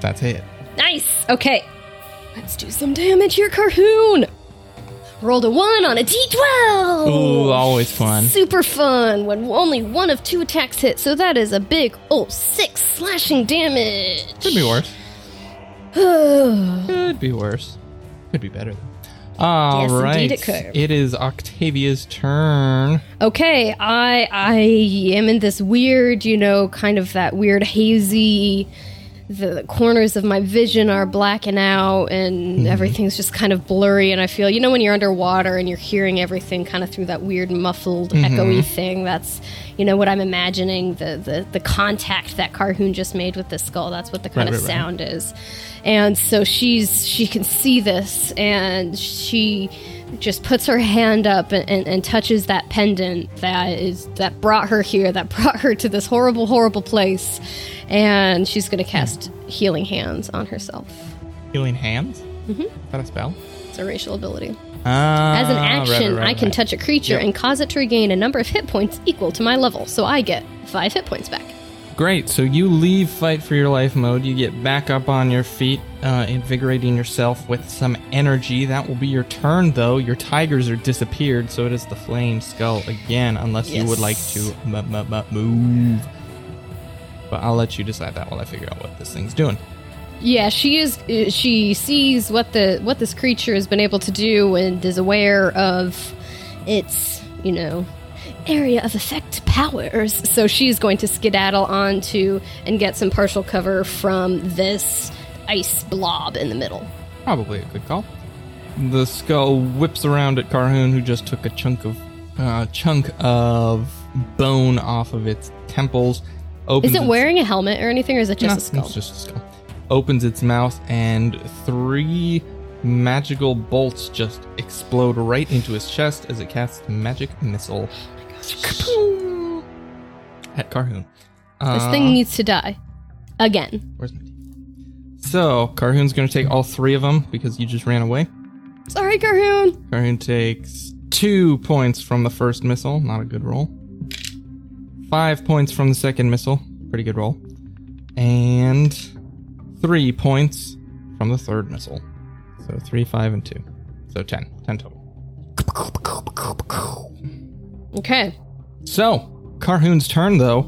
That's it. Nice. Okay. Let's do some damage here, Carhoon. Rolled a one on a d12. Ooh, always fun. Super fun when only one of two attacks hit. So that is a big oh six slashing damage. Could be worse. yes, Could be worse. Could be better. All indeed, right. it could. it is Octavia's turn. Okay, I I am in this weird, you know, kind of that weird hazy. The, the corners of my vision are blacking out, Mm-hmm. and everything's just kind of blurry. And I feel, you know, when you're underwater and you're hearing everything kind of through that weird muffled, Mm-hmm. echoey thing. That's, you know, what I'm imagining the the, the contact that Carhoon just made with the skull. That's what the kind Right, of right, right. sound is. And so she's she can see this, and she just puts her hand up and, and, and touches that pendant that is that brought her here, that brought her to this horrible, horrible place. And she's gonna cast healing hands on herself. Healing hands? Mm-hmm. Is that a spell? It's a racial ability. Ah, As an right, action, right, right, I can right. touch a creature Yep. and cause it to regain a number of hit points equal to my level, so I get five hit points back. Great. So you leave fight for your life mode. You get back up on your feet, uh, invigorating yourself with some energy. That will be your turn, though. Your tigers are disappeared, so it is the flame skull again, unless you would like to Yes. m- m- m- move. But I'll let you decide that while I figure out what this thing's doing. Yeah, she is. uh, She sees what the what this creature has been able to do and is aware of its, you know, area of effect powers. So she's going to skedaddle onto and get some partial cover from this ice blob in the middle. Probably a good call. The skull whips around at Carhoon, who just took a chunk of uh, chunk of bone off of its temples. Opens Is it its- wearing a helmet or anything, or is it just a No, skull? Mm-hmm. It's just a skull. Opens its mouth, and three magical bolts just explode right into his chest as it casts magic missile. Kaboom! At Carhoon. this Uh, thing needs to die again. Where's my teeth? So Carhoon's going to take all three of them because you just ran away. Sorry, Carhoon. Carhoon takes two points from the first missile. Not a good roll. Five points from the second missile. Pretty good roll. And three points from the third missile. So three, five, and two. So ten. Ten total. Okay. So, Carhoon's turn though,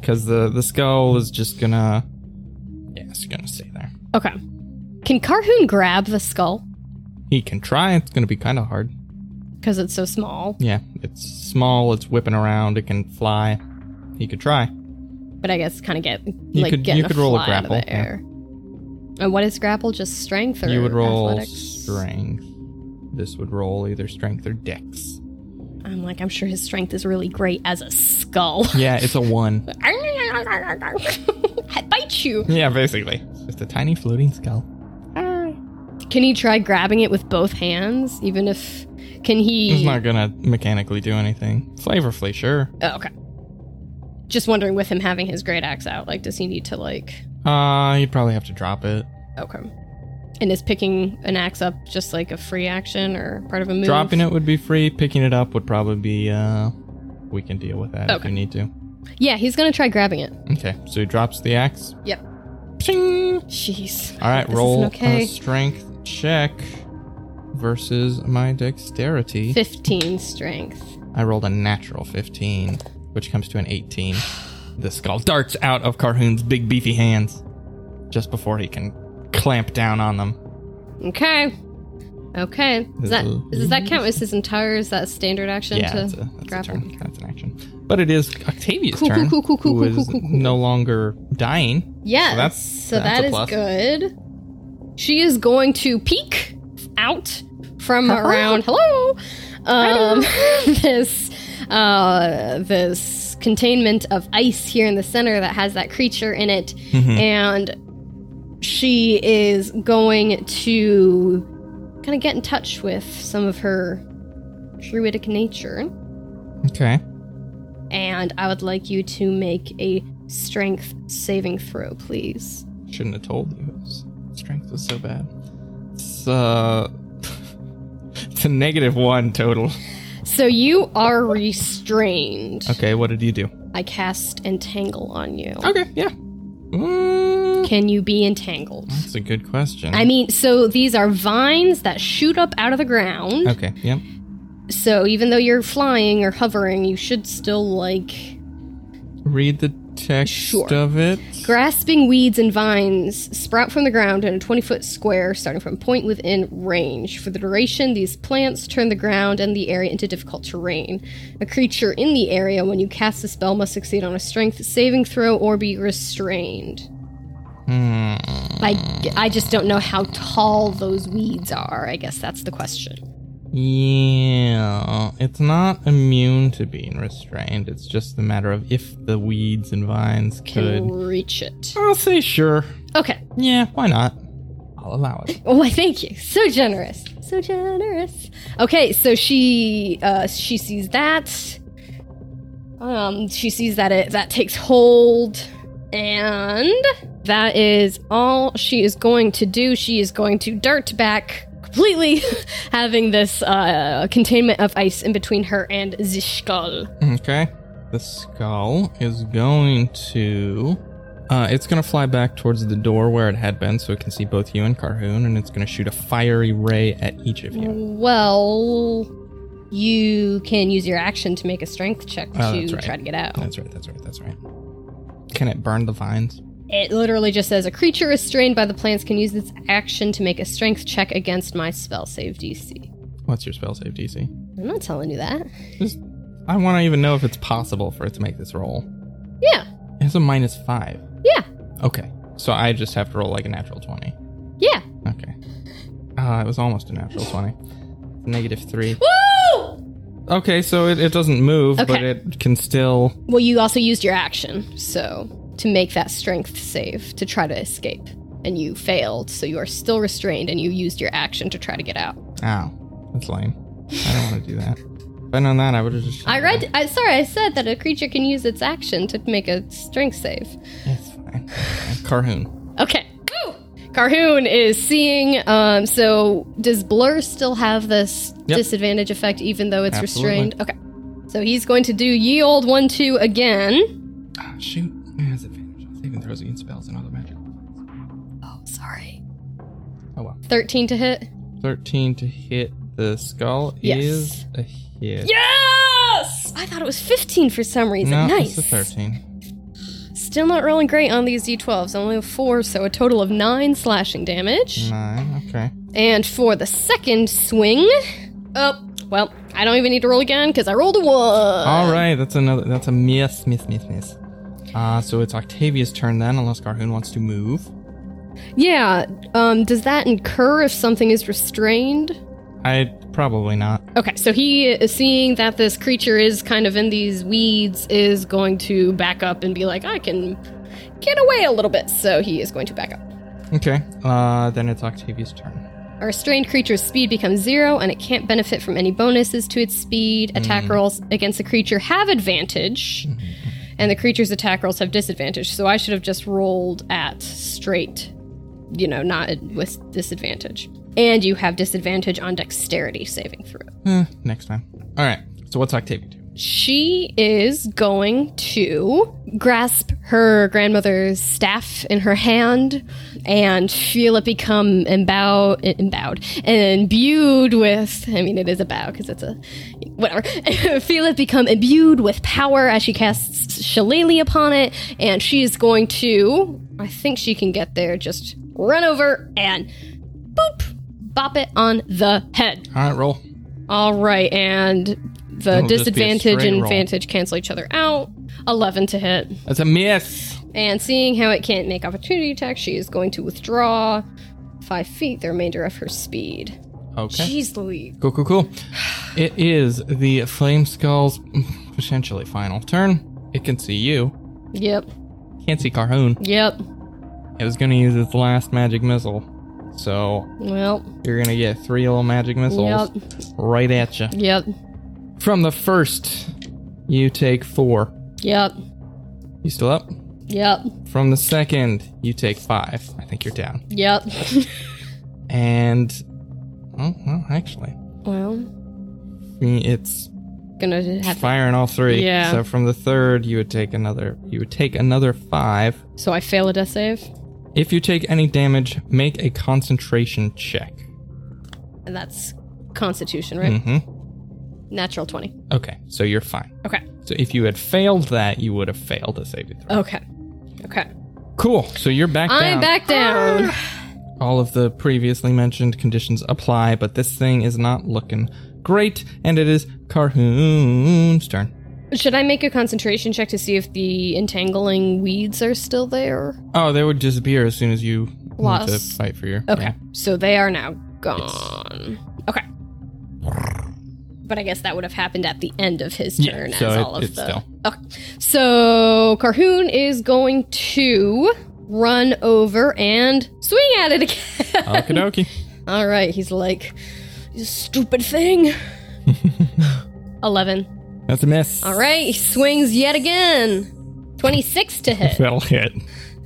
because the, the skull is just gonna. Yeah, it's gonna stay there. Okay. Can Carhoon grab the skull He can try. It's gonna be kind of hard. because it's so small? Yeah, it's small. It's whipping around. It can fly. He could try. but I guess kind of get You like could- getting you could roll a fly out of the grapple, yeah. air. And what is grapple? Just strength or you would roll athletics? strength. This would roll either strength or dex. I'm like, I'm sure his strength is really great as a skull. Yeah, it's a one. I bite you. yeah, basically. It's just a tiny floating skull. Can he try grabbing it with both hands? Even if can It's he? not gonna mechanically do anything. Flavorfully, sure. Oh, okay. Just wondering with him having his great axe out, like, does he need to like? Uh, you'd probably have to drop it. Okay. And is picking an axe up just like a free action or part of a move? Dropping it would be free. Picking it up would probably be, uh, we can deal with that if Okay. you need to. Yeah, he's gonna try grabbing it. Okay, so he drops the axe. Yep. Pshing! Jeez. All right, This roll isn't okay. a strength check versus my dexterity. 15 strength. I rolled a natural 15, which comes to an 18. The skull darts out of Carhoon's big beefy hands just before he can clamp down on them. Okay. Okay. Is that does that count as his entire is that a standard action yeah, to that's, a, that's a grapple? turn. That's an action. But it is Octavia's Cool, cool, turn, cool, cool, cool, who cool, is cool, cool, cool. no longer dying. Yes. So So, that's- that's that a is plus. good. She is going to peek out from around hello um this uh this containment of ice here in the center that has that creature in it Mm-hmm. and she is going to kind of get in touch with some of her druidic nature Okay. and I would like you to make a strength saving throw, please. Shouldn't have told you. His strength was so bad. It's, uh, it's a negative one total. So you are restrained. Okay, what did you do? Oh. I cast entangle on you. Okay, yeah. Mm, can you be entangled? That's a good question. I mean, so these are vines that shoot up out of the ground. okay, yep. So even though you're flying or hovering, you should still like Read the text Sure. of it. grasping weeds and vines sprout from the ground in a 20 foot square starting from a point within range. For the duration, these plants turn the ground and the area into difficult terrain. A creature in the area when you cast the spell must succeed on a strength saving throw or be restrained. Hmm. I, I just don't know how tall those weeds are. I guess that's the question. Yeah, it's not immune to being restrained. It's just a matter of if the weeds and vines Can could. reach it. I'll say sure. Okay. Yeah, why not? I'll allow it. Oh, I thank you. So generous. So generous. Okay, so she uh she sees that. Um she sees that it that takes hold and that is all she is going to do. She is going to dart back completely having this uh containment of ice in between her and Zishkal. Okay. The skull is going to. Uh, it's going to fly back towards the door where it had been so it can see both you and Carhoon, and it's going to shoot a fiery ray at each of you. Well, you can use your action to make a strength check Oh, that's to right. try to get out. That's right, that's right, that's right. Can it burn the vines? It literally just says a creature restrained by the plants can use its action to make a strength check against my spell save DC. What's your spell save DC? I'm not telling you that. Just, I want to even know if it's possible for it to make this roll. Yeah, It's a minus five. yeah, Okay. So I just have to roll like a natural 20. yeah. Okay. Uh, it was almost a natural 20. Negative three. Woo! Okay, so it, it doesn't move, but Okay. it can still. Well, you also used your action, so to make that strength save to try to escape. And you failed, so you are still restrained and you used your action to try to get out. Ow. That's lame. I don't want to do that. If I'd known that, I would have just. I read I sorry, I said that a creature can use its action to make a strength save. It's fine. Carhoon. Okay. Woo! Carhoon is seeing. Um, so does Blur still have this Yep. disadvantage effect, even though it's Absolutely. restrained? Okay. So he's going to do ye old one two again. Ah, shoot. It has advantage on saving throws against spells and other magical. effects. Oh, sorry. Oh well. Thirteen to hit. 13 to hit the skull Yes. is a hit. Yes. I thought it was fifteen for some reason. No, nice. it's a 13. Still not rolling great on these d12s. Only a four, so a total of nine slashing damage. Mm. 9, okay. And for the second swing, oh well, I don't even need to roll again because I rolled a one. All right, that's another. That's a miss, miss, miss, miss. Uh, so it's Octavia's turn then, unless Carhoon wants to move. Yeah. Um, does that incur if something is restrained? I probably not. Okay, so he, is seeing that this creature is kind of in these weeds, is going to back up and be like, I can get away a little bit. So he is going to back up. Okay. Uh, then it's Octavia's turn. A restrained creature's speed becomes zero, and it can't benefit from any bonuses to its speed. Attack rolls against the creature have advantage, and the creature's attack rolls have disadvantage. So I should have just rolled at straight, you know, not with disadvantage. And you have disadvantage on dexterity saving throw. Eh, next time. All right. So what's Octavia do? She is going to grasp her grandmother's staff in her hand and feel it become embowed, embowed imbued with. I mean, it is a bow because it's a whatever. feel it become imbued with power as she casts Shillelagh upon it, and she is going to. I think she can get there. Just run over and boop, bop it on the head. All right, roll. All right, and the It'll just be a disadvantage straight and roll. advantage cancel each other out. 11 to hit. That's a miss. And seeing how it can't make opportunity attacks, she is going to withdraw 5 feet, the remainder of her speed. Okay. Jeez Louise. Cool, cool, cool. It is the Flame Skull's potentially final turn. It can see you. Yep, Can't see Carhoon. yep. It was going to use its last magic missile. So Well, you're going to get three little magic missiles right at you. yep, From the first, you take four. yep, You still up? yep, From the second, you take five. I think you're down. yep. And oh well, actually, well, it's gonna have firing all three. Yeah. So from the third, you would take another. You would take another five. So I fail a death save? If you take any damage, make a concentration check. And that's Constitution, right? Mm-hmm. Natural 20. Okay, so you're fine. Okay. So if you had failed that, you would have failed a saving throw. Okay. Okay. Cool. So you're back down. I'm back down. All of the previously mentioned conditions apply, but this thing is not looking great, and it is Carhoon's turn. Should I make a concentration check to see if the entangling weeds are still there? Oh, they would disappear as soon as you want to Lost. fight for your. Okay. yeah. So they are now gone. Okay. But I guess that would have happened at the end of his Yeah, turn so as it- all of it's the still- Okay. So Carhoon is going to run over and swing at it again. Okie dokie. all right, he's like, "You stupid thing. 11. That's a miss. All right, he swings yet again. 26 to hit. That'll hit.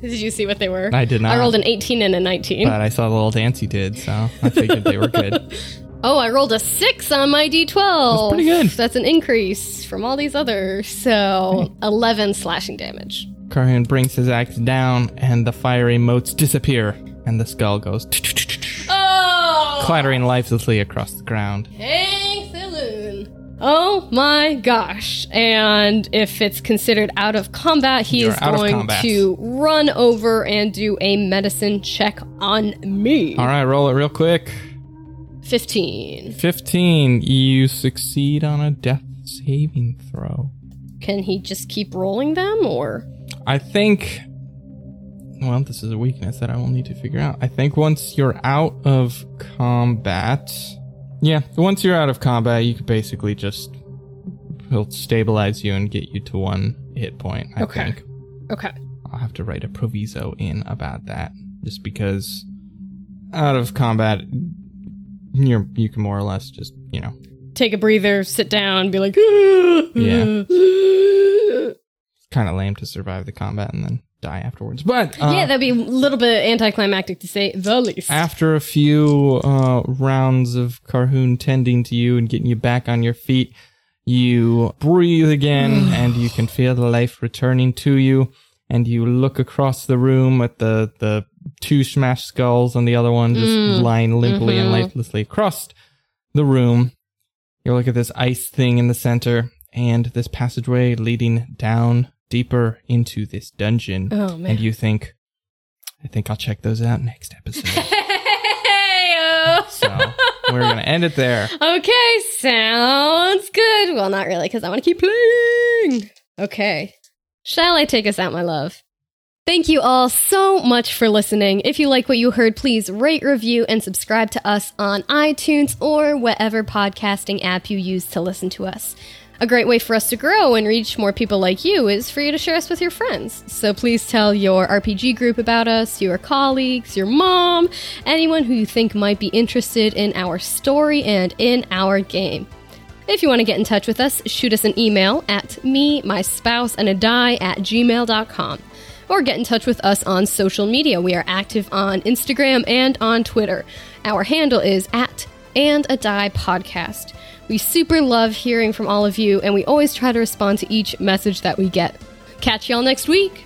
Did you see what they were? I did not. I rolled an 18 and a 19. But I saw the little dance you did, so I figured they were good. Oh, I rolled a six on my d12. That's pretty good. That's an increase from all these others. So Hmm. 11 slashing damage. Carhoon brings his axe down, and the fiery motes disappear, and the skull goes Oh! clattering lifelessly across the ground. Hank Saloon. Oh my gosh. And if it's considered out of combat, he You're is out of going combat. to run over and do a medicine check on me. All right, roll it real quick. 15. 15. You succeed on a death saving throw. Can he just keep rolling them or? I think. Well, this is a weakness that I will need to figure out. I think once you're out of combat. Yeah, once you're out of combat, you could basically just. He'll stabilize you and get you to one hit point, I Okay. think. Okay. I'll have to write a proviso in about that. Just because out of combat, you're, you can more or less just, you know, Take a breather, sit down, be like, "Ah." kind of lame to survive the combat and then die afterwards. But uh, Ah. yeah, that'd be a little bit anticlimactic to say the least. after a few uh, rounds of Carhoon tending to you and getting you back on your feet, you breathe again and you can feel the life returning to you. And you look across the room at the, the two smashed skulls and the other one just Mm, lying limply and mhm. lifelessly across the room. You look at this ice thing in the center and this passageway leading down deeper into this dungeon. oh And man. you think, I think I'll check those out next episode. Hey-o. So we're gonna end it there. okay, sounds good. Well, not really, because I want to keep playing. Okay. Shall I take us out, my love? Thank you all so much for listening. If you like what you heard, please rate, review, and subscribe to us on iTunes or whatever podcasting app you use to listen to us. A great way for us to grow and reach more people like you is for you to share us with your friends. So please tell your RPG group about us, your colleagues, your mom, anyone who you think might be interested in our story and in our game. If you want to get in touch with us, shoot us an email at me, my spouse, and a die at gmail.com. Or get in touch with us on social media. We are active on Instagram and on Twitter. Our handle is at and a die podcast. We super love hearing from all of you, and we always try to respond to each message that we get. Catch y'all next week.